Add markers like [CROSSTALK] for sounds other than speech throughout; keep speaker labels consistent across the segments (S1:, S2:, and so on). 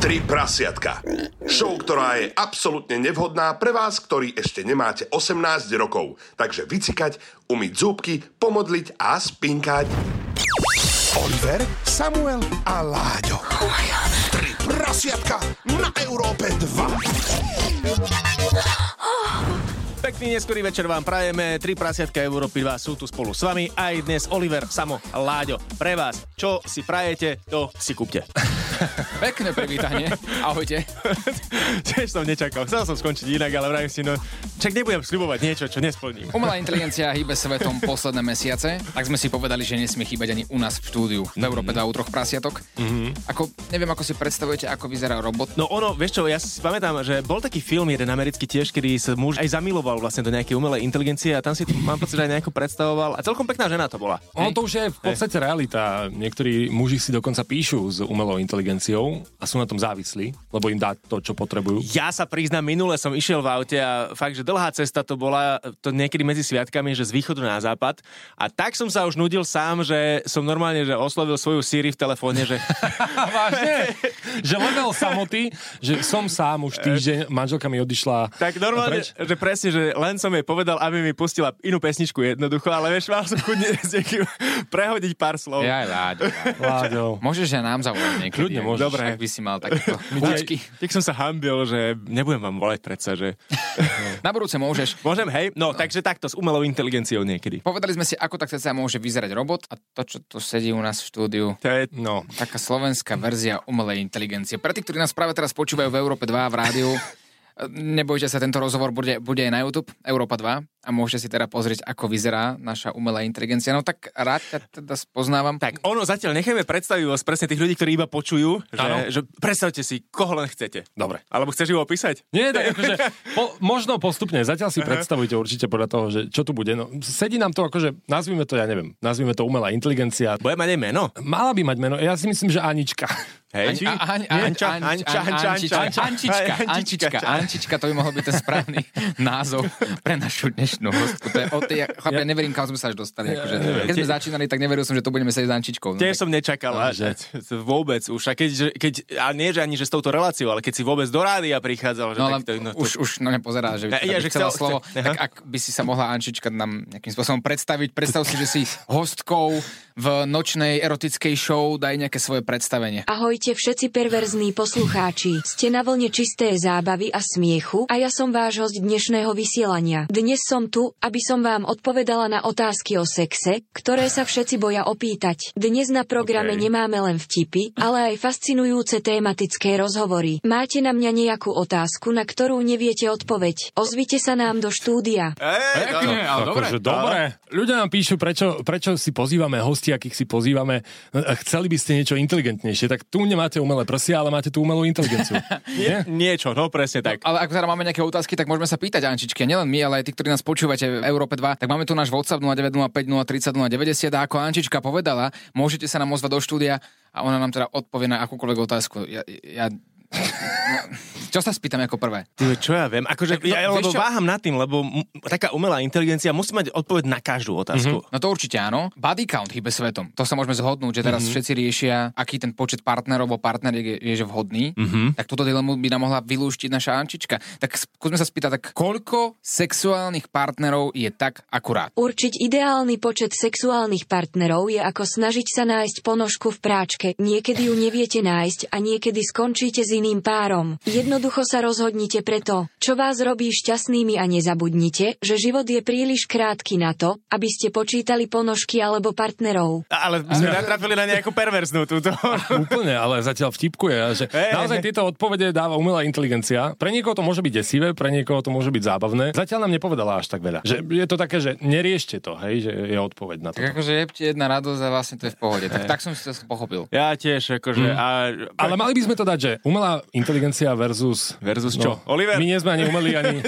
S1: Tri prasiatka. Show, ktorá je absolútne nevhodná pre vás, ktorí ešte nemáte 18 rokov. Takže vycikať, umyť zúbky, pomodliť a spinkať.
S2: Oliver, Samuel a Láďo. Tri prasiatka na Európe 2.
S3: Pekný neskorý večer vám prajeme. Tri prasiatka Európy 2 sú tu spolu s vami. Aj dnes Oliver, Samo, Láďo. Pre vás, čo si prajete, to si kúpte. [LAUGHS]
S4: Pekné privítanie. Ahojte.
S3: Tiež som nečakal. Chcel som skončiť inak, ale vrajím si, no čak nebudem sľubovať niečo, čo nesplním.
S4: Umelá inteligencia hýbe svetom posledné mesiace, tak sme si povedali, že nesmie chýbať ani u nás v štúdiu. V Európe dá troch prasiatok. Mm-hmm. Ako, neviem, ako si predstavujete, ako vyzerá robot.
S3: No ono, vieš čo, ja si pamätám, že bol taký film jeden americký tiež, kedy sa muž aj zamiloval zamiloval vlastne do nejakej umelej inteligencie a tam si mám pocit, že aj nejako predstavoval a celkom pekná žena to bola.
S5: Ono to už je v podstate Hej. realita. Niektorí muži si dokonca píšu s umelou inteligenciou a sú na tom závislí, lebo im dá to, čo potrebujú.
S3: Ja sa priznám, minule som išiel v aute a fakt, že dlhá cesta to bola, to niekedy medzi sviatkami, že z východu na západ a tak som sa už nudil sám, že som normálne, že oslovil svoju Siri v telefóne, že...
S5: Vážne? [LAUGHS] že level samoty, že som sám už týždeň, manželka mi odišla.
S3: Tak normálne, preč? že presne, že že len som jej povedal, aby mi pustila inú pesničku jednoducho, ale vieš, mal som chuť [LAUGHS] s niekým prehodiť pár slov.
S4: Ja, Láďo,
S5: Láďo.
S4: Môžeš ja nám zavolať niekedy.
S5: Kľudne môžeš.
S4: Dobre. Ak by si mal takéto
S3: účky. Tak som sa hambil, že nebudem vám volať predsa, že...
S4: Na budúce môžeš.
S3: Môžem, hej? No, no, takže takto, s umelou inteligenciou niekedy.
S4: Povedali sme si, ako tak sa môže vyzerať robot a to, čo tu sedí u nás v štúdiu.
S3: To je, no.
S4: Taká slovenská verzia umelej inteligencie. Pre tých, ktorí nás práve teraz počúvajú v Európe 2 v rádiu, Nebojte sa, tento rozhovor bude, bude aj na YouTube, Európa 2, a môžete si teda pozrieť, ako vyzerá naša umelá inteligencia. No tak rád ťa teda spoznávam.
S3: Tak ono zatiaľ nechajme predstavivosť presne tých ľudí, ktorí iba počujú, že, ano. že predstavte si, koho len chcete.
S5: Dobre.
S3: Alebo chceš ju opísať?
S5: Nie, tak akože, po, možno postupne, zatiaľ si predstavujte určite podľa toho, že čo tu bude. No, sedí nám to akože, nazvime to, ja neviem, nazvime to umelá inteligencia.
S3: Bude mať aj meno?
S5: Mala by mať meno, ja si myslím, že Anička.
S3: Hej,
S4: Ančička, Ančička, to by mohol byť ten správny názov pre našu dnešnú hostku. To je o tej, chlape, neverím, kam sme sa až dostali. Akože, keď sme začínali, tak neveril som, že to budeme sedieť s Ančičkou. No
S3: Tiež som nečakal, že vôbec už. A, keď, keď, a nie, že ani že s touto reláciou, ale keď si vôbec do rádia prichádzal. Že
S4: no, ale to, no, to... už, už na mňa pozerá, že by ja, že chcela slovo. Tak ak by si sa mohla Ančička nám nejakým spôsobom predstaviť, predstav si, že si hostkou v nočnej erotickej show, daj nejaké svoje predstavenie.
S6: Ahoj, Ahojte všetci perverzní poslucháči, ste na vlne čisté zábavy a smiechu a ja som váš host dnešného vysielania. Dnes som tu, aby som vám odpovedala na otázky o sexe, ktoré sa všetci boja opýtať. Dnes na programe okay. nemáme len vtipy, ale aj fascinujúce tematické rozhovory. Máte na mňa nejakú otázku, na ktorú neviete odpoveď? Ozvite sa nám do štúdia.
S3: no,
S5: Pekne, ale dobre. dobre. Ľudia nám píšu, prečo, prečo si pozývame hosti, akých si pozývame. Chceli by ste niečo inteligentnejšie, tak tu nemáte umelé prsia, ale máte tú umelú inteligenciu.
S3: Nie? Niečo, no presne tak.
S4: No, ale ak teda máme nejaké otázky, tak môžeme sa pýtať Ančičke, nielen my, ale aj tí, ktorí nás počúvate v Európe 2, tak máme tu náš WhatsApp 0905 030 090 a ako Ančička povedala, môžete sa nám ozvať do štúdia a ona nám teda odpovie na akúkoľvek otázku. Ja, ja [LAUGHS] No, čo sa spýtam ako prvé?
S3: Ty, čo ja viem, akože tak, no, ja lebo váham nad tým, lebo m- taká umelá inteligencia musí mať odpoveď na každú otázku.
S4: Mm-hmm. No to určite áno. Body count hýbe svetom. To sa môžeme zhodnúť, že
S5: Mhm.
S4: teraz mm-hmm. všetci riešia, aký ten počet partnerov alebo partneriek je, je že vhodný.
S5: Mhm.
S4: Mm-hmm. Tak túto dilemu by nám mohla vylúštiť naša Ančička. Tak skúsme sa spýtať, tak koľko sexuálnych partnerov je tak akurát?
S6: Určiť ideálny počet sexuálnych partnerov je ako snažiť sa nájsť ponožku v práčke. Niekedy ju neviete nájsť a niekedy skončíte s iným párom. Jednoducho sa rozhodnite preto, čo vás robí šťastnými a nezabudnite, že život je príliš krátky na to, aby ste počítali ponožky alebo partnerov.
S3: Ale sme ale... natrafili na nejakú perverznú túto.
S5: Úplne, ale zatiaľ vtipkuje. Že hey, naozaj tieto odpovede dáva umelá inteligencia. Pre niekoho to môže byť desivé, pre niekoho to môže byť zábavné. Zatiaľ nám nepovedala až tak veľa. Že je to také, že neriešte to, hej, že je odpoveď na to.
S4: Tak akože je jedna radosť a vlastne to je v pohode. Tak, tak som si to pochopil.
S3: Ja tiež, akože. Mm. A...
S5: Ale mali by sme to dať, že umelá inteligencia versus...
S3: Versus čo?
S5: No, Oliver? My nie sme ani umelí, [LAUGHS] ani...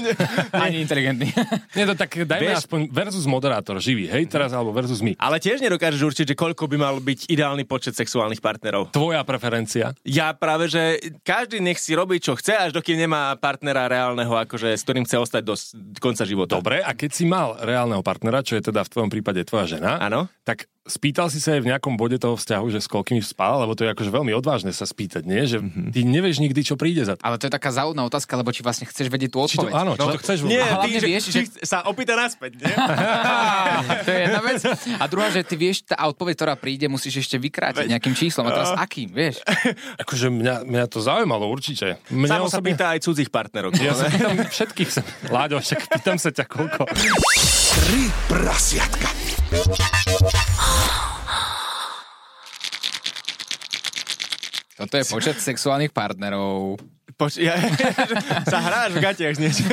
S4: ani inteligentní.
S5: nie, to tak dajme Vieš... aspoň versus moderátor, živý, hej, teraz, alebo versus my.
S3: Ale tiež nedokážeš určiť, že koľko by mal byť ideálny počet sexuálnych partnerov.
S5: Tvoja preferencia?
S3: Ja práve, že každý nech si robí, čo chce, až dokým nemá partnera reálneho, akože s ktorým chce ostať do konca života.
S5: Dobre, a keď si mal reálneho partnera, čo je teda v tvojom prípade tvoja žena,
S3: Áno.
S5: tak Spýtal si sa aj v nejakom bode toho vzťahu, že s koľkým spal, lebo to je akože veľmi odvážne sa spýtať, nie? Že
S3: Mhm.
S5: ty nevieš nikdy, čo príde za
S4: [LAUGHS]
S5: to.
S4: Ale to je taká záudná otázka, lebo či vlastne chceš vedieť tú
S5: Či to,
S4: odpoveď. No,
S5: áno, čo to chceš
S3: Nie,
S5: vôbec?
S4: A
S3: ty,
S4: hlavne
S3: že,
S4: vieš,
S3: či sa opýta naspäť, [LAUGHS] nie?
S4: [LAUGHS] to je jedna vec. A druhá, že ty vieš, tá odpoveď, ktorá príde, musíš ešte vykrátiť nejakým číslom. A teraz akým, vieš?
S5: Akože mňa, mňa to zaujímalo určite. Mňa
S3: Samo sa pýta aj cudzích partnerov.
S5: Ja
S3: [LAUGHS]
S5: sa pýtam všetkých. Sa... Láďo, však pýtam sa ťa koľko.
S2: Tri prasiatka.
S4: Toto je počet sexuálnych partnerov.
S3: Poč- ja, [LAUGHS] sa hráš v gatiach s niečím.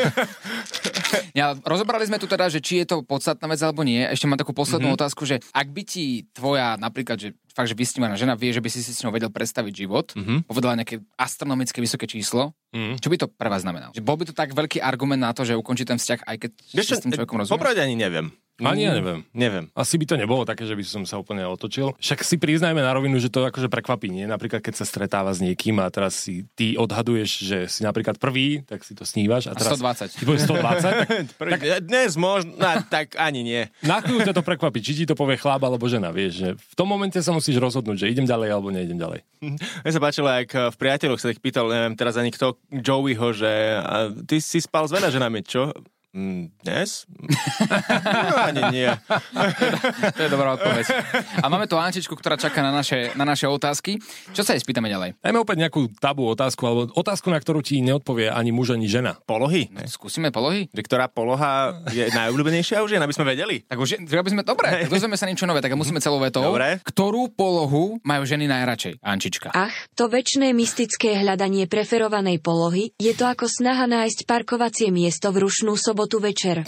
S4: Ja, rozobrali sme tu teda, že či je to podstatná vec alebo nie. Ešte mám takú
S3: Mhm.
S4: poslednú mm-hmm. otázku, že ak by ti tvoja, napríklad, že fakt, že vysnívaná žena vie, že by si si s ňou vedel predstaviť život,
S3: Mhm.
S4: mm-hmm. povedala nejaké astronomické vysoké číslo, mm-hmm. čo by to pre vás znamenalo? Že bol by to tak veľký argument na to, že ukončí ten vzťah, aj keď
S3: [LAUGHS] Vieš
S4: si
S3: čo, e, eh,
S4: s tým človekom rozumieš?
S3: popravde ani neviem. Mm.
S5: Ani ja neviem.
S3: Neviem.
S5: Asi by to nebolo také, že by som sa úplne otočil. Však si priznajme na rovinu, že to akože prekvapí, nie? Napríklad, keď sa stretáva s niekým a teraz si ty odhaduješ, že si napríklad prvý, tak si to snívaš a teraz...
S4: 120.
S5: Ty budeš
S4: [LAUGHS]
S5: 120, tak
S3: Prvý, tak... eh, Dnes možno, na, tak ani nie.
S5: na chvíľu ťa to prekvapí, či ti to povie chlap alebo žena, vieš, že v tom momente sa musíš rozhodnúť, že idem ďalej alebo neidem ďalej.
S3: Mne sa páčilo, ak v priateľoch sa tak pýtal, neviem teraz ani kto, Joeyho, že a ty si spal s veľa ženami, čo? Mm, [LAUGHS] Dnes? no, ani nie.
S4: To je dobrá odpoveď. A máme tu Ančičku, ktorá čaká na naše, na naše otázky. Čo sa jej spýtame ďalej?
S5: Najmä opäť nejakú tabu otázku, alebo otázku, na ktorú ti neodpovie ani muž, ani žena. [LAUGHS]
S3: Polohy? Ne?
S4: Skúsime polohy?
S3: Že ktorá poloha je najobľúbenejšia už žien, aby sme vedeli?
S4: Tak už, je- že aby sme, dobre, tak dozvieme sa niečo nové, tak musíme celou vetou.
S3: Dobre.
S4: Ktorú polohu majú ženy najradšej, Ančička?
S6: Ach, to väčšie mystické hľadanie preferovanej polohy, je to ako snaha nájsť parkovacie miesto v rušnú sobotu večer.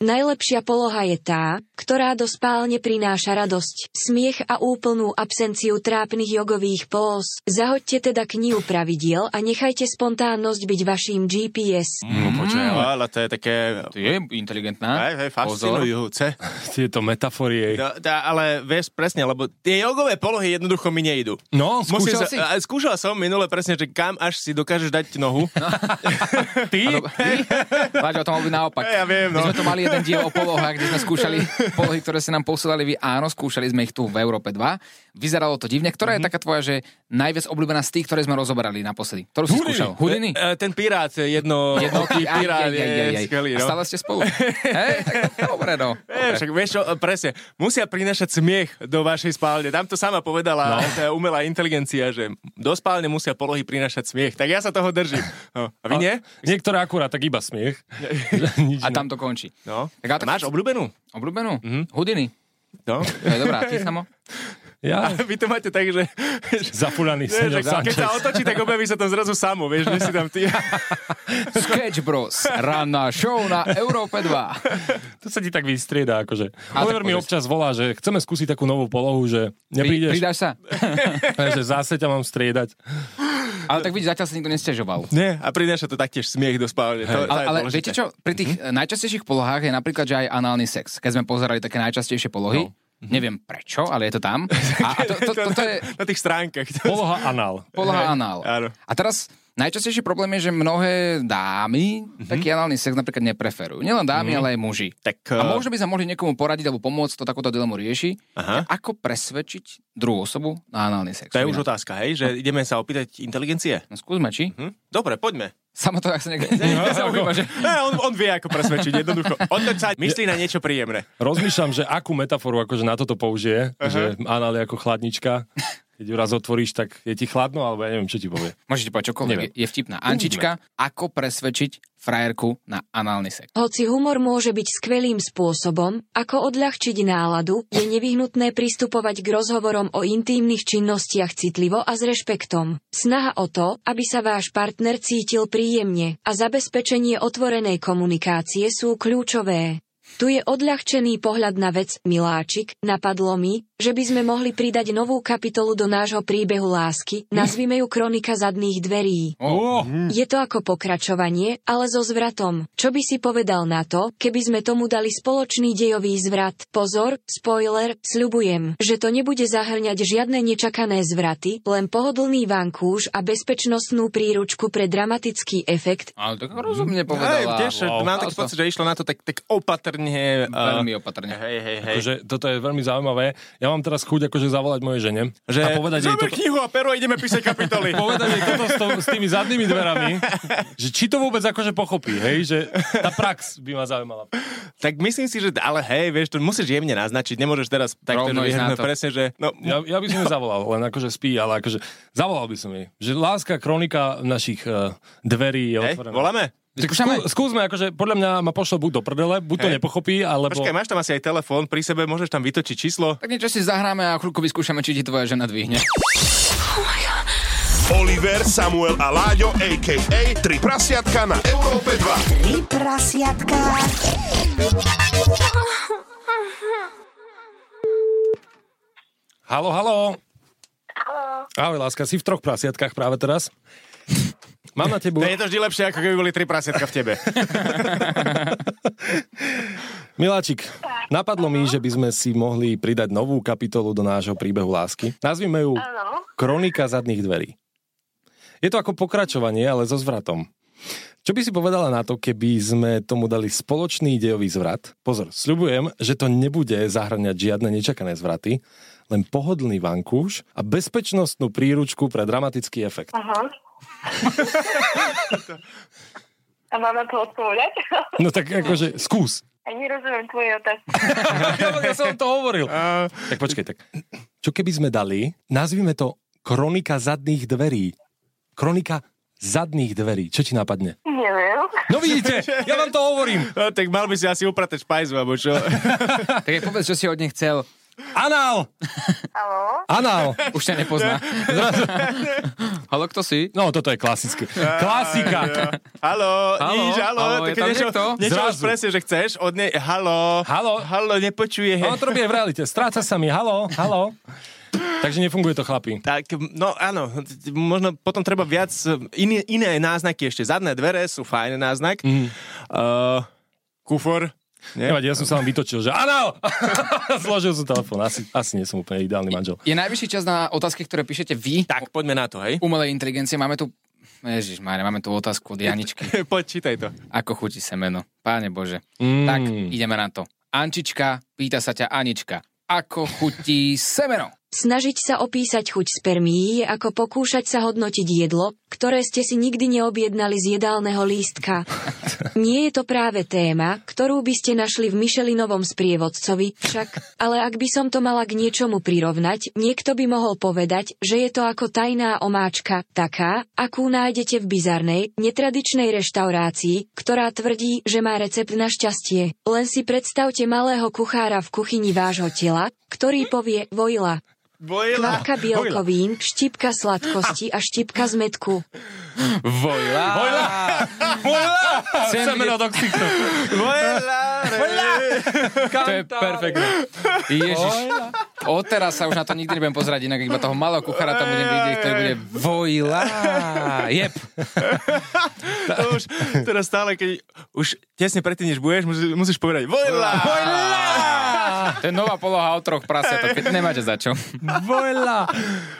S6: Najlepšia poloha je tá, ktorá do spálne prináša radosť, smiech a úplnú absenciu trápnych jogových pós. Zahoďte teda knihu pravidiel a nechajte spontánnosť byť vaším GPS.
S3: No počkaj, ale to je také...
S4: To je inteligentná.
S3: Hej, hej,
S4: [LAUGHS]
S3: fascinujúce.
S5: Tieto metafory. jej.
S3: No, tá, ale vieš presne, lebo tie jogové polohy jednoducho mi nejdu.
S5: No,
S3: Musím
S5: skúšal si?
S3: sa, a skúšal som minule presne, že kam až si dokážeš dať nohu.
S5: Ty?
S4: Láďo, to malo byť naopak.
S3: Ja viem, no.
S4: My sme tu mali jeden diel o polohách, kde sme skúšali polohy, ktoré ste nám posielali vy. Áno, skúšali sme ich tu v Európe 2. Vyzeralo to divne.
S3: Mhm.
S4: Ktorá je taká tvoja, že najviac obľúbená z tých, ktoré sme rozoberali naposledy? Ktorú si skúšal? Hudiny?
S3: E, e, ten pirát, jedno, jednotý
S4: Aj,
S3: [LAUGHS] pirát
S4: aj, aj, aj, aj.
S3: je skvelý.
S4: A
S3: No.
S4: stále ste spolu. Hej, tak dobre, no.
S3: [LAUGHS] E, však vieš čo, e, presne, musia prinašať smiech do vašej spálne. Tam to sama povedala no. tá umelá inteligencia, že do spálne musia polohy prinašať smiech. Tak ja sa toho držím. No. A vy nie?
S5: Niektoré akurát, tak iba
S3: [LAUGHS]
S5: smiech. Nič
S4: A
S5: iné.
S4: tam to končí.
S3: No. Mhm.
S4: Tak ale
S3: Tak,
S4: tak-
S3: Máš obľúbenú?
S4: Obľúbenú? Hudiny. [LAUGHS]
S3: No.
S4: To je dobrá, ty samo?
S3: [LAUGHS]
S5: Ja?
S3: A vy to máte tak, že... [LAUGHS]
S5: Zafúraný
S3: Vieš, že
S5: Seňor
S3: keď
S5: Sanchez.
S3: sa otočí, tak objaví sa tam zrazu samo, vieš, nie si tam
S4: [LAUGHS]
S3: ty.
S4: Sketch Bros. Ranná show na Európe 2.
S5: To sa ti tak vystrieda, akože.
S4: A
S5: Oliver
S4: tak
S5: mi
S4: povedz.
S5: občas volá, že chceme skúsiť takú novú polohu, že
S4: Pri,
S5: neprídeš,
S4: pridáš sa?
S5: [LAUGHS] že zase ťa mám striedať.
S4: Ale tak vidíš, zatiaľ sa nikto nestežoval.
S3: Nie, a prináša to taktiež smiech do spálne. To, to
S4: Ale,
S3: je
S4: ale
S3: dôležité. Mhm.
S4: viete
S3: [LAUGHS]
S4: čo, pri tých mm-hmm. najčastejších polohách je napríklad, že aj análny sex. Keď sme pozerali také najčastejšie polohy, no.
S3: Mhm.
S4: neviem prečo, ale je to tam. A, a
S3: [LAUGHS]
S4: to, to, to, to je
S3: Na tých stránkach.
S5: Poloha anál.
S4: poloha
S3: Hej,
S4: anál.
S3: áno.
S4: A teraz najčastejší problém je, že mnohé dámy taký análny sex napríklad nepreferujú. Nielen dámy, ale aj muži.
S3: Mhm. Tak,
S4: A
S3: eh,
S4: možno by sa mohli niekomu poradiť alebo pomôcť, to takúto dilemu rieši. Aha. Ako presvedčiť druhú osobu na análny sex?
S3: To je
S4: Vy
S3: už
S4: na-
S3: otázka, hej? Že ideme sa opýtať inteligencie?
S4: No skúsme, či?
S3: Hm? Dobre, poďme.
S4: Samo to, ak
S3: [LAUGHS]
S4: sa [LAUGHS] niekde...
S3: No,
S4: Zaujíma, že...
S3: Ne, on, on vie, ako presvedčiť, jednoducho. On tak sa myslí na niečo príjemné.
S5: Rozmýšľam, že akú metaforu akože na toto použije, že anál je ako chladnička. Keď ju raz otvoríš, tak je ti chladno, alebo ja neviem, čo ti povie.
S4: Môžete povedať čokoľvek, je, je vtipná. Ančička, ako presvedčiť frajerku na análny sex?
S6: Hoci humor môže byť skvelým spôsobom, ako odľahčiť náladu, je nevyhnutné pristupovať k rozhovorom o intímnych činnostiach citlivo a s rešpektom. Snaha o to, aby sa váš partner cítil príjemne a zabezpečenie otvorenej komunikácie sú kľúčové. Tu je odľahčený pohľad na vec, miláčik, napadlo mi, že by sme mohli pridať novú kapitolu do nášho príbehu lásky, nazvime ju Kronika zadných dverí.
S4: Oh.
S6: Je to ako pokračovanie, ale so zvratom. Čo by si povedal na to, keby sme tomu dali spoločný dejový zvrat? Pozor, spoiler, sľubujem, že to nebude zahrňať žiadne nečakané zvraty, len pohodlný vankúš a bezpečnostnú príručku pre dramatický efekt.
S4: Ale tak rozumne povedala.
S3: tiež, wow. mám taký pocit, že išlo na to tak, tak opatrne. a-
S4: Veľmi opatrne.
S3: Hej, hej, hej.
S5: Akože, toto je veľmi zaujímavé. Ja Ja mám teraz chuť akože zavolať mojej žene
S3: Že...
S5: a povedať jej
S3: eh, Zober
S5: toto.
S3: knihu a pero, ideme písať [LAUGHS] kapitoly.
S5: [LAUGHS] Povedať jej toto s, to, s tými zadnými dverami, že či to vôbec akože pochopí, hej, že tá prax by ma zaujímala.
S3: tak myslím si, že ale hej, vieš, to musíš jemne naznačiť, nemôžeš teraz takto, že
S4: Rovno ísť na
S3: vyhrnúť
S4: to.
S3: presne, že no,
S5: Ja, ja by som jej zavolal, len akože spí, ale akože zavolal by som jej. Že láska, kronika našich uh, dverí je
S3: hej,
S5: otvorená.
S3: voláme.
S5: Tak skú, skúsme, akože podľa mňa ma pošle buď do prdele, buď to
S3: Hej.
S5: nepochopí, alebo...
S3: Počkaj, máš tam asi aj telefón pri sebe, môžeš tam vytočiť číslo.
S4: Tak niečo si zahráme a chvíľku vyskúšame, či ti tvoja žena dvihne.
S1: Oliver, Samuel a Láďo, a.k.a. Tri prasiatka na Európe 2.
S7: Tri prasiatka.
S5: Halo, halo. Ahoj, láska, si v troch prasiatkách práve teraz. Mám na tebu.
S3: To je to vždy lepšie, ako keby boli tri prasietka v tebe.
S5: Miláčik, napadlo mi, že by sme si mohli pridať novú kapitolu do nášho príbehu lásky. Nazvime ju Kronika zadných dverí. Je to ako pokračovanie, ale so zvratom. Čo by si povedala na to, keby sme tomu dali spoločný dejový zvrat? Pozor, sľubujem, že to nebude zahrňať žiadne nečakané zvraty, len pohodlný vankúš a bezpečnostnú príručku pre dramatický efekt.
S8: Aha. A máme to odpovedať?
S5: No tak akože, skús.
S8: Ja nerozumiem tvoje otázky.
S5: [LAUGHS] ja som to hovoril. Uh, tak počkej, tak. Čo keby sme dali, nazvime to kronika zadných dverí. Kronika zadných dverí. Čo ti napadne?
S8: Neviem.
S5: No vidíte, ja vám to hovorím.
S3: [LAUGHS] No, tak mal by si asi upratať špajzu, alebo čo? [LAUGHS]
S4: Tak jej povedz, čo si od nej chcel.
S5: Anál!
S8: Haló?
S5: Anál!
S4: Už ťa nepozná. Halo, kto si?
S5: No, toto je klasické. Klasika.
S3: Halo,
S4: Halo,
S3: nič, halo.
S4: halo, je
S3: také
S4: tam
S3: niečo,
S4: niekto?
S3: niečo
S5: Zrazu.
S3: máš presne, že chceš od nej, halo,
S5: Halo.
S3: halo, nepočuje.
S5: A on No, to robí aj v realite. Stráca sa mi. Halo, halo. Takže nefunguje to, chlapi.
S3: Tak, no áno, t- t- možno potom treba viac e, iné, iné náznaky ešte. Zadné dvere sú fajn náznak. Mm. Uh, kufor. Nie?
S5: Nevadí, ja som sa vám vytočil, že anál! [LAUGHS] Zložil som telefón. Asi, asi nie som úplne ideálny manžel.
S4: Je najvyšší čas na otázky, ktoré píšete vy.
S3: Tak, poďme na to, hej.
S4: Umelej inteligencie. Máme tu... Ježiš, máme tu otázku od Janičky.
S3: Poď, čítaj to.
S4: Ako chutí semeno. Páne Bože. Tak, ideme na to. Ančička, pýta sa ťa Anička. Ako chutí semeno?
S6: Snažiť sa opísať chuť spermií je ako pokúšať sa hodnotiť jedlo, ktoré ste si nikdy neobjednali z jedálneho lístka. Nie je to práve téma, ktorú by ste našli v Michelinovom sprievodcovi, však, ale ak by som to mala k niečomu prirovnať, niekto by mohol povedať, že je to ako tajná omáčka, taká, akú nájdete v bizarnej, netradičnej reštaurácii, ktorá tvrdí, že má recept na šťastie. Len si predstavte malého kuchára v kuchyni vášho tela, ktorý povie vojla. Kvapka bielkovín, štipka sladkosti a štipka zmetku.
S4: Vojla. Vojla. Semeno do ksichtu. To je perfektné. Ježiš. Odteraz sa už na to nikdy nebudem pozerať, inak iba toho malého kuchára tam budem vidieť, ktorý bude vojla. Jep.
S3: To už teraz stále, keď už tesne predtým, než budeš, musí- musíš povedať Vojla!
S4: To je nová poloha o troch prasiatok, keď nemáte za čo.
S5: Vojla!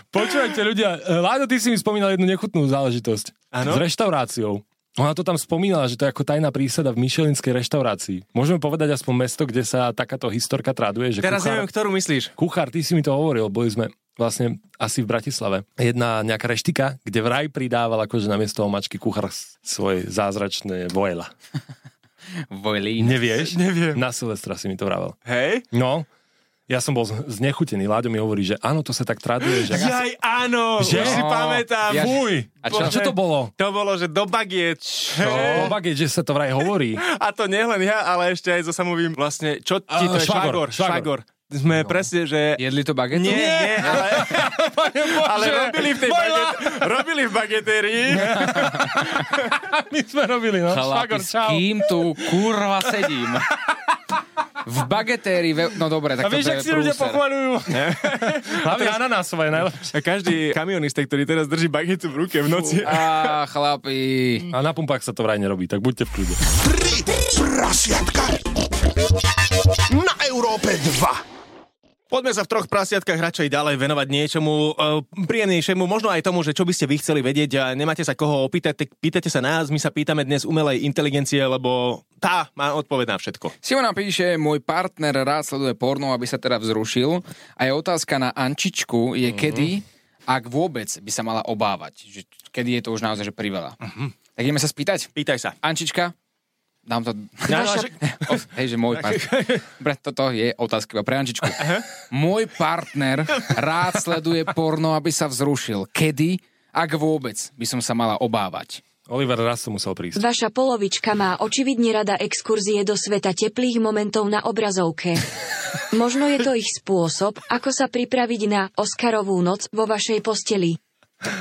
S5: Počúvajte, ľudia, e, Láďo, ty si mi spomínal jednu nechutnú záležitosť.
S3: Áno?
S5: S reštauráciou. Ona to tam spomínala, že to je ako tajná prísada v Michelinskej reštaurácii. Môžeme povedať aspoň mesto, kde sa takáto historka traduje, že
S3: Teraz
S5: kuchár,
S3: neviem, ktorú myslíš.
S5: kuchár, ty si mi to hovoril, boli sme vlastne asi v Bratislave. Jedna nejaká reštika, kde vraj pridával akože na miesto omačky kuchár s- svoje zázračné vojla.
S4: Vojlín.
S5: Nevieš? Neviem. Na Silvestra si mi to vravel.
S3: Hej?
S5: No, ja som bol z- znechutený. Láďo mi hovorí, že áno, to sa tak traduje, [LAUGHS] že...
S3: Jaj, áno,
S5: Že?
S3: už si
S4: No,
S3: pamätám.
S4: ja-
S5: Fuj!
S4: A čo?
S5: A čo to bolo?
S3: To bolo, že do bagie.
S5: No, opak je, že sa to vraj [LAUGHS] hovorí.
S3: A to nielen ja, ale ešte aj so samovým vlastne, čo ti
S5: A,
S3: to je? Švagor,
S5: švagor,
S3: švagor. Sme presne, že...
S4: Jedli to bagetu?
S3: Nie, [LAUGHS] nie, ale, ale robili v tej baget, robili v bagetérii.
S5: My sme robili, no.
S4: Chlapi,
S5: Švagor,
S4: s
S5: čau.
S4: kým tu kurva sedím? V bagetéri, ve... no dobre,
S5: A
S4: tak to
S5: vieš,
S4: je
S5: ak si ľudia
S4: prúser.
S5: pochvaľujú. Hlavne ananásové, najlepšie.
S3: [LAUGHS] A každý kamionista, ktorý teraz drží bagetu v ruke v noci.
S4: Á, chlapi.
S5: A na pumpách sa to vraj nerobí, tak buďte v kľude.
S2: Tri prasiatka na Európe 2.
S3: Poďme sa v troch prasiatkách radšej ďalej venovať niečomu uh, príjemnejšiemu, možno aj tomu, že čo by ste vy chceli vedieť a nemáte sa koho opýtať, tak pýtate sa nás, my sa pýtame dnes umelej inteligencie, lebo tá má odpoveď na všetko.
S4: Simona píše, môj partner rád sleduje porno, aby sa teda vzrušil. A je otázka na Ančičku,
S3: Mhm.
S4: je mm-hmm. kedy, ak vôbec by sa mala obávať. Že kedy je to už naozaj že priveľa. Mm-hmm.
S3: Mhm.
S4: Tak ideme sa spýtať.
S3: Pýtaj sa.
S4: Ančička, dám to...
S3: No,
S4: [LAUGHS]
S3: no, že-
S4: O, Hej, že môj partner.
S3: [LAUGHS]
S4: Dobre, toto je otázka iba pre Ančičku. Môj partner rád sleduje porno, aby sa vzrušil. Kedy, ak vôbec, by som sa mala obávať.
S5: Oliver raz som musel prísť.
S6: Vaša polovička má očividne rada exkurzie do sveta teplých momentov na obrazovke. Možno je to ich spôsob, ako sa pripraviť na Oscarovú noc vo vašej posteli.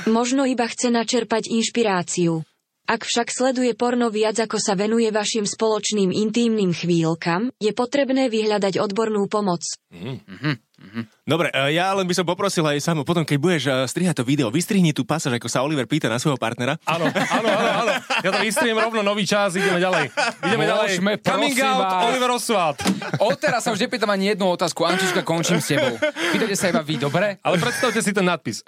S6: Možno iba chce načerpať inšpiráciu. Ak však sleduje porno viac ako sa venuje vašim spoločným intímnym chvíľkam, je potrebné vyhľadať odbornú pomoc.
S3: Dobre, e, ja len by som poprosil aj samo, potom keď budeš e, strihať to video, vystrihni tú pasáž, ako sa Oliver pýta na svojho partnera.
S5: Áno, áno, áno, áno. Ja to vystriem rovno, nový čas, ideme ďalej. Ideme ďalej.
S4: Môžeme,
S5: Coming
S4: prosím
S5: out,
S4: vás.
S5: Oliver Oswald.
S4: Odteraz sa už nepýtam ani jednu otázku. Ančička, končím s tebou. Pýtate sa iba vy, dobre?
S5: Ale predstavte si ten nadpis.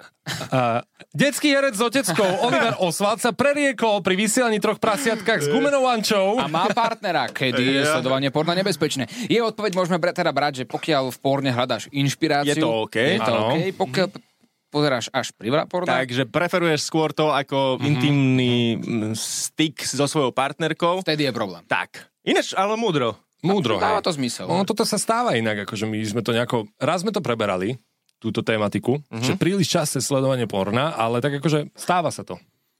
S5: Uh, detský herec s oteckou Oliver Oswald sa preriekol pri vysielaní troch prasiatkách s gumenou lančou.
S4: A má partnera, kedy je sledovanie porna nebezpečné. Je odpoveď môžeme bre, teda brať, že pokiaľ v porne hľadáš inšpiráciu...
S3: Je to OK,
S4: Je to OK.
S5: áno.
S4: Pokiaľ p- pozeráš až priveľa porna...
S3: Takže preferuješ skôr to ako mm-hmm. intimný mm, styk so svojou partnerkou.
S4: Vtedy je problém.
S3: Tak. Ináč, ale múdro.
S5: Múdro,
S4: Dáva
S5: hej.
S4: to zmysel.
S5: Ono toto sa stáva inak, akože my sme to nejako, raz sme to preberali, túto tematiku,
S3: Mhm.
S5: mm-hmm. že príliš časté sledovanie porna, ale tak akože stáva sa to.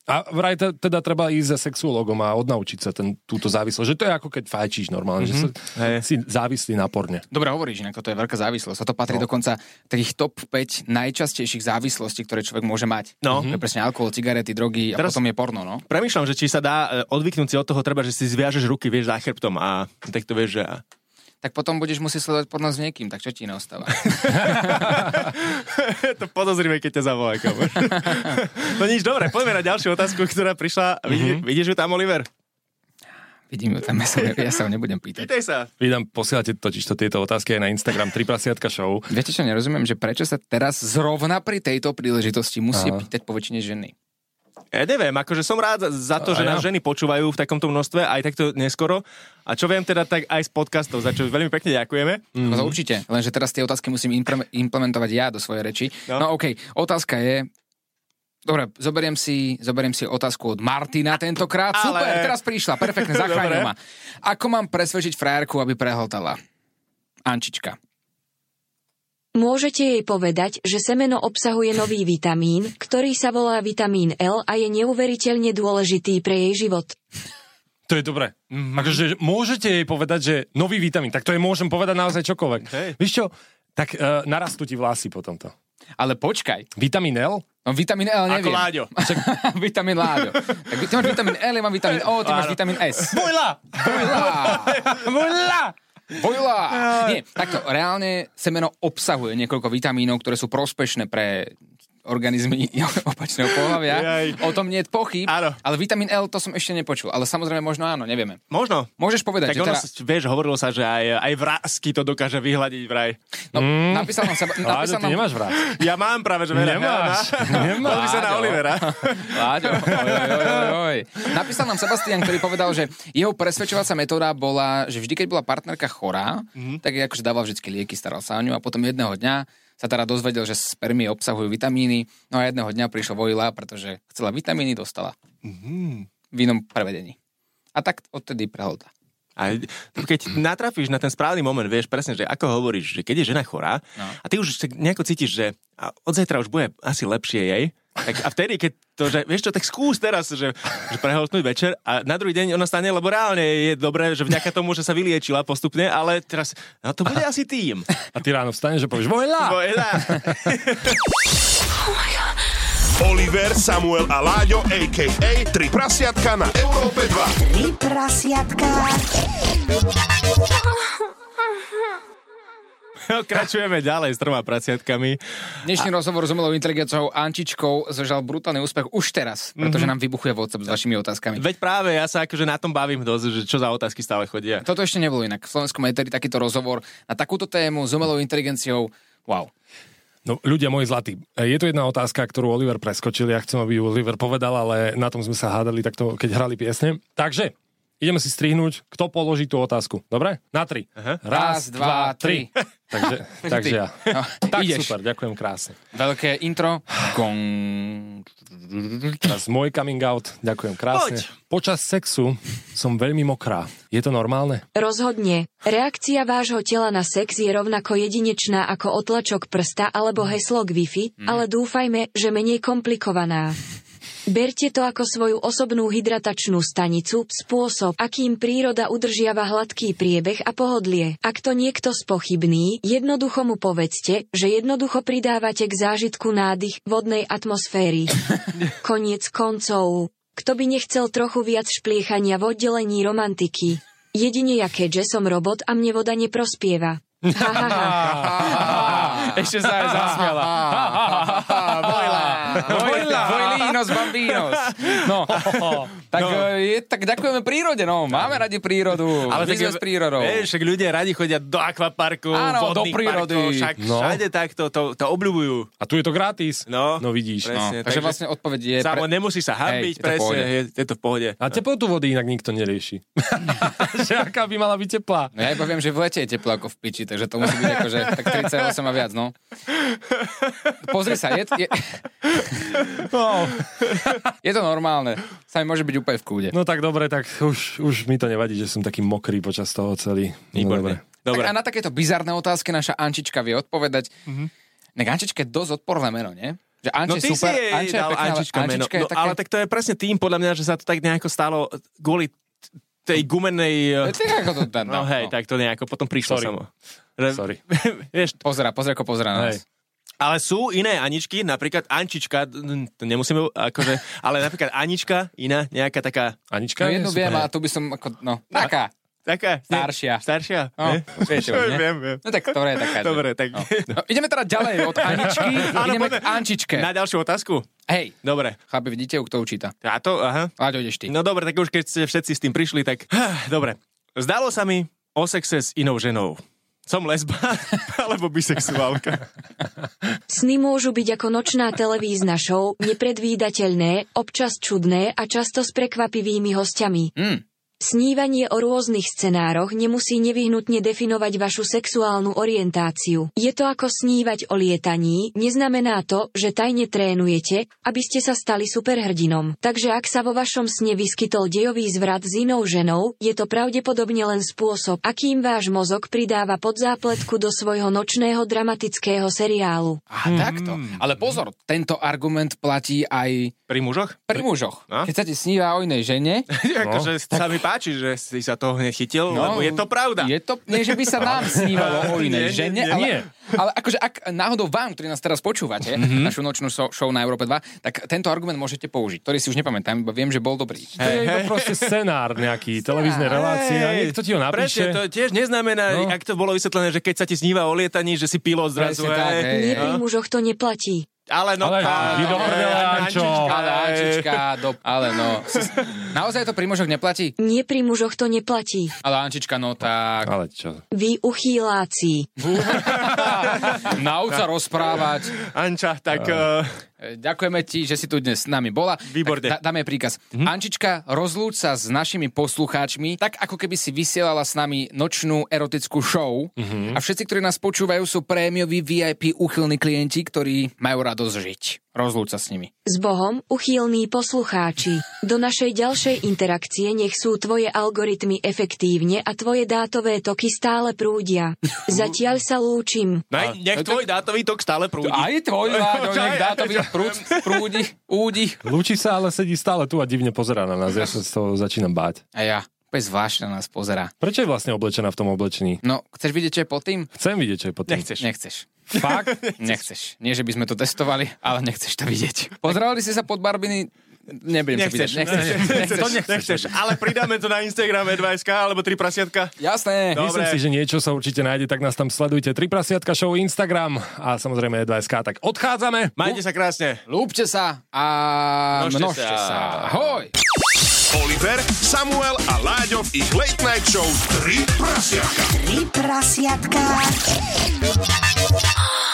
S5: A vraj te- teda treba ísť za sexuologom a odnaučiť sa ten, túto závislosť. Že to je ako keď fajčíš normálne, mm-hmm. že sa,
S3: Mhm. Hej.
S5: si závislý na porne.
S4: Dobre hovoríš, inak toto je veľká závislosť. Toto patrí no. dokonca takých top 5 najčastejších závislostí, ktoré človek môže mať.
S3: No.
S4: To je presne alkohol, cigarety, drogy a
S3: Teraz-
S4: potom je porno, no?
S3: Premýšľam, že či sa dá e, odvyknúť si od toho treba, že si zviažeš ruky, vieš, za chrbtom a tak to vieš, že... [LAUGHS] a-
S4: Tak potom budeš musieť sledovať porno s niekým, tak čo
S3: [LAUGHS]
S4: ti neostáva?
S3: Je to podozrivé, keď ťa zavolá kamoš. [LAUGHS] no nič, dobre, poďme na ďalšiu otázku, ktorá prišla. Vidí, Vidíš ju tam, Oliver?
S4: Vidím ju tam, ja sa, ja sa ho nebudem pýtať.
S3: Pýtaj sa.
S5: Vy nám posielate totiž tieto otázky aj na Instagram 3 prasiatka show.
S4: Viete, čo nerozumiem, že prečo sa teraz zrovna pri tejto príležitosti musí Aha. pýtať po väčšine ženy?
S3: Ja neviem, akože som rád za to, že
S5: A ja.
S3: nás ženy počúvajú v takomto množstve, aj takto neskoro. A čo viem teda, tak aj z podcastov, za čo veľmi pekne ďakujeme.
S4: Mm-hmm. No to určite, lenže teraz tie otázky musím impre- implementovať ja do svojej reči.
S3: No.
S4: No, no OK, otázka je... Dobre, zoberiem si, zoberiem si otázku od Martina tentokrát.
S3: Ale-
S4: Ale... Super, teraz prišla, [LAUGHS] perfektne, zachránil
S3: Dobre.
S4: ma. Ako mám presvedčiť frajerku, aby prehltala? Ančička.
S6: Môžete jej povedať, že semeno obsahuje nový vitamín, ktorý sa volá vitamín L a je neuveriteľne dôležitý pre jej život.
S5: To je dobré.
S3: Mhm.
S5: Mm-hmm. Akože môžete jej povedať, že nový vitamín, tak to jej môžem povedať naozaj čokoľvek.
S3: Hej.
S5: Víš čo, tak uh, narastú ti vlasy po tomto.
S4: Ale počkaj,
S5: Vitamín L?
S4: no vitamín L neviem.
S3: Ako
S4: [LAUGHS]
S3: Láďo.
S4: vitamín Láďo. Tak ty máš vitamín L, ja mám vitamín O, ty máš vitamín S.
S5: Bojla!
S3: [LAUGHS]
S4: Bojla!
S5: Bojla!
S4: Bojla! Nie, takto, reálne semeno obsahuje niekoľko vitamínov, ktoré sú prospešné pre organizmy [LAUGHS] opačného pohľavia.
S3: Jaj.
S4: O tom nie je pochyb,
S3: Áno.
S4: ale vitamín L to som ešte nepočul. Ale samozrejme možno áno, nevieme.
S3: Možno.
S4: Môžeš povedať,
S3: Tak
S4: že
S3: ono,
S4: teda,
S3: s- vieš, hovorilo sa, že aj, aj vrázky to dokáže vyhľadiť vraj.
S4: no,
S3: Mm.
S4: napísal nám seba,
S5: Láďo,
S4: napísal
S5: ty
S4: nám,
S5: nemáš vrát.
S3: Ja mám práve, že veľa.
S5: Nemáš,
S3: Ja,
S5: nemáš.
S3: Pozri sa na
S4: Áno.
S3: Olivera.
S4: [LAUGHS] Láďo, oj, oj, oj, oj. Napísal nám Sebastian, ktorý povedal, že jeho presvedčovacia metóda bola, že vždy, keď bola partnerka chorá,
S3: Mhm.
S4: mm-hmm. tak jej akože dával vždy lieky, staral sa o ňu a potom jedného dňa sa teda dozvedel, že spermie obsahujú vitamíny, no a jedného dňa prišla vojila, pretože chcela vitamíny, dostala.
S3: Mhm.
S4: Mm-hmm. V inom prevedení. A tak odtedy prehlda.
S3: A keď natrafíš na ten správny moment, vieš presne, že ako hovoríš, že keď je žena chorá no. a ty už tak nejako cítiš, že a od zajtra už bude asi lepšie jej, tak a vtedy, keď to, že vieš čo, tak skús teraz, že, že prehltnúť večer a na druhý deň ona stane, lebo reálne je dobré, že vďaka tomu, že sa vyliečila postupne, ale teraz, no to bude asi tým.
S5: A ty ráno vstaneš že povieš, bojla!
S3: Vojna.
S1: Oliver, Samuel a Láďo, a.k.a. Tri prasiatka na Európe 2.
S7: Tri prasiatka.
S3: [LAUGHS] Kračujeme ďalej s troma praciatkami.
S4: Dnešný rozhovor s umelou inteligenciou Ančičkou zažal brutálny úspech už teraz,
S3: Mhm.
S4: pretože mm-hmm. nám vybuchuje WhatsApp s vašimi otázkami.
S3: Veď práve ja sa akože na tom bavím dosť, že čo za otázky stále chodia.
S4: Toto ešte nebolo inak. V Slovenskom eteri takýto rozhovor na takúto tému s umelou inteligenciou Wow.
S5: No, ľudia moji zlatí, je tu jedna otázka, ktorú Oliver preskočil, ja chcem, aby ju Oliver povedal, ale na tom sme sa hádali takto, keď hrali piesne. Takže, ideme si strihnúť, kto položí tú otázku. Dobre? Na tri. Aha.
S4: Raz, dva, tri.
S5: [LAUGHS]
S4: [LAUGHS]
S5: Takže, takže
S4: ty.
S5: ja.
S4: No,
S5: Tak
S4: ideš.
S5: super, ďakujem krásne.
S4: Veľké intro. Gong.
S5: Teraz môj coming out, ďakujem krásne. Poď. Počas sexu som veľmi mokrá. Je to normálne?
S6: Rozhodne. Reakcia vášho tela na sex je rovnako jedinečná ako otlačok prsta alebo heslo k Wi-Fi, ale dúfajme, že menej komplikovaná. Berte to ako svoju osobnú hydratačnú stanicu, spôsob, akým príroda udržiava hladký priebeh a pohodlie. Ak to niekto spochybní, jednoducho mu povedzte, že jednoducho pridávate k zážitku nádych vodnej atmosféry. Koniec koncov. Kto by nechcel trochu viac špliechania v oddelení romantiky? Jedine ja keďže som robot a mne voda neprospieva. Ha, ha, ha.
S4: Ah. Ešte sa aj zasmiala. Ah. Vojla. Vojla. Vojlinos, bambinos. No, tak, e, je, tak ďakujeme prírode, no. Máme radi prírodu. Ale My
S3: tak
S4: sme
S3: je-
S4: s prírodou. No.
S3: Vieš, však ľudia radi chodia do akvaparku,
S4: Áno, do
S3: vodných
S4: prírody.
S3: Parkov, však
S5: No.
S3: no. všade takto to, to obľúbujú.
S5: [LAUGHS] A tu je to gratis.
S3: No.
S5: no vidíš.
S4: No,
S3: Presne,
S4: takže
S3: takže-
S4: vlastne odpoveď je...
S3: Samo nemusí sa hambiť,
S4: Hej, je to v
S3: presne,
S4: pohode.
S3: je, je to v pohode.
S5: A teplotu vody inak nikto
S3: [LAUGHS]
S5: nerieši. že aká by mala byť teplá.
S4: No ja iba viem, že v lete je teplo ako v piči, takže to musí byť akože tak 38 a viac, no. Pozri sa, je, je,
S5: No,
S4: [LAUGHS] je to normálne. Sami môže byť úplne v kúde.
S5: no tak dobre, tak už, už mi to nevadí, že som taký mokrý počas toho celý. No, dobre.
S3: Výborné. Dobre.
S4: Tak a na takéto bizarné otázky naša Ančička vie odpovedať. Mm-hmm. Ančička je dosť odporné meno, nie? Že
S3: Mhm. No
S4: Anče
S3: ty
S4: super,
S3: si jej
S4: Anče je
S3: dal
S4: pekná, ale
S3: Ančička meno.
S4: Ančička je
S3: No,
S4: také...
S3: ale tak to je presne tým, podľa mňa, že sa to tak nejako stalo kvôli t- tej gumenej...
S4: Tak ako to dá,
S3: No, no hej, tak to nejako potom prišlo
S5: Sorry.
S3: samo. Že,
S5: Sorry.
S3: [LAUGHS] vieš,
S4: Pozera, pozera, ako pozera na nás.
S5: Hej.
S3: ale sú iné Aničky, napríklad Ančička, n- to nemusíme akože, ale napríklad Anička, iná nejaká taká...
S5: Anička?
S4: No
S5: je
S4: jednu
S5: super.
S4: viem, a tu by som ako, no, taká.
S3: Taká... ne-
S4: Staršia.
S3: Staršia?
S4: No,
S3: ne?
S4: viete,
S3: Čo
S4: ne?
S3: [LAUGHS] viem, viem.
S4: No tak, dobre, je
S3: [LAUGHS]
S4: taká. že-
S3: Dobre, tak...
S4: No. No, ideme teda ďalej
S3: [LAUGHS]
S4: od Aničky,
S3: Áno,
S4: ideme k
S3: poďme.
S4: Ančičke.
S3: Na ďalšiu otázku?
S4: Hej,
S3: Dobre.
S4: chlapi, vidíte, kto učíta.
S3: A to, aha.
S4: Láďo, ideš ty.
S3: No dobre, tak už keď ste všetci s tým prišli, tak... Dobre. Zdalo sa mi o sexe s inou ženou. Som lesba [LAUGHS] alebo bisexuálka.
S6: Sny môžu byť ako nočná televízna show, nepredvídateľné, občas čudné a často s prekvapivými hostiami.
S4: Mm.
S6: Snívanie o rôznych scenároch nemusí nevyhnutne definovať vašu sexuálnu orientáciu. Je to ako snívať o lietaní, neznamená to, že tajne trénujete, aby ste sa stali superhrdinom. Takže ak sa vo vašom sne vyskytol dejový zvrat s inou ženou, je to pravdepodobne len spôsob, akým váš mozog pridáva podzápletku do svojho nočného dramatického seriálu.
S4: A takto.
S3: Hmm.
S4: Ale pozor, tento argument platí aj
S3: Pri mužoch? [LAUGHS]
S4: pri mužoch.
S3: No.
S4: Keď sa ti sníva o inej
S3: [LAUGHS]
S4: žene,
S3: Akože sa mi páči, že si sa toho hneď chytil, No, lebo je to pravda.
S4: No, Je to, nie, že by sa
S3: [LAUGHS]
S4: nám snívalo o
S3: Nie,
S4: inej
S3: nie,
S4: žene,
S3: nie,
S4: ale,
S5: nie.
S4: ale akože ak náhodou vám, ktorí nás teraz počúvate,
S3: Mhm.
S4: našu nočnú so- show na Európe 2, tak tento argument môžete použiť, ktorý si už nepamätám, iba viem, že bol dobrý.
S5: To je iba proste scenár nejaký, televízne relácie a niekto ti ho napíše.
S3: Presne, to tiež neznamená,
S5: No.
S3: no. ak to bolo vysvetlené, že keď sa ti sníva o lietaní, že si pilot zrazu.
S4: Presne tak,
S3: hej.
S4: hej,
S6: Nie
S4: hej.
S6: pri mužoch to neplatí.
S3: Ale no,
S5: Ale vy do prdele, Ančo.
S3: Oh,
S4: Ale Ančička, do... ale no. s- Naozaj to pri mužoch neplatí?
S6: Nie pri mužoch to neplatí.
S4: Ale Ančička, no tak.
S5: Ale čo?
S6: Vy uchýláci.
S4: [LAUGHS] Nauč sa rozprávať.
S3: Anča, tak... Uh,
S4: E, Ďakujeme ti, že si tu dnes s nami bola.
S3: Výborne.
S4: Tak dá- dáme príkaz. Mm-hmm. Ančička, rozlúč sa s našimi poslucháčmi, tak ako keby si vysielala s nami nočnú erotickú show. Mm-hmm. A všetci, ktorí nás počúvajú, sú prémioví VIP úchylní klienti, ktorí majú radosť žiť. Rozlúč sa s nimi.
S6: S Bohom, uchýlní poslucháči. Do našej ďalšej interakcie nech sú tvoje algoritmy efektívne a tvoje dátové toky stále prúdia. Zatiaľ sa lúčim.
S3: nej, nech tvoj dátový tok stále prúdi.
S4: Aj tvoj Láďo, nech dá to byť prúd, prúdi, údi.
S5: Lúči sa, ale sedí stále tu a divne pozerá na nás. Ja sa z toho začínam báť.
S4: A ja, úplne zvláštne na nás pozerá.
S5: Prečo je vlastne oblečená v tom oblečení?
S4: No, chceš vidieť, čo je pod tým?
S5: Chcem vidieť, čo je pod tým.
S3: Nechceš.
S4: Nechceš.
S5: Fakt?
S4: [LAUGHS] Nechceš. Nie, že by sme to testovali, ale nechceš to vidieť. Pozerali si sa pod Barbiny? Nebudem to vidieť.
S3: Nechceš. [LAUGHS]
S4: Nechceš. nechceš.
S3: To nechceš. Ale pridáme to na Instagrame 2SK alebo 3 prasiatka.
S4: Jasné.
S3: No.
S5: Myslím
S3: Dobre.
S5: si, že niečo sa určite nájde, tak nás tam sledujte. Tri prasiatka show Instagram a samozrejme 2SK. Tak odchádzame.
S3: Majte sa krásne.
S4: Lúpte sa a
S3: Množte
S4: množte
S3: sa.
S4: sa. Ahoj.
S1: Oliver, Samuel a Láďo v ich Late Night Show 3 prasiatka.
S7: Tri prasiatka.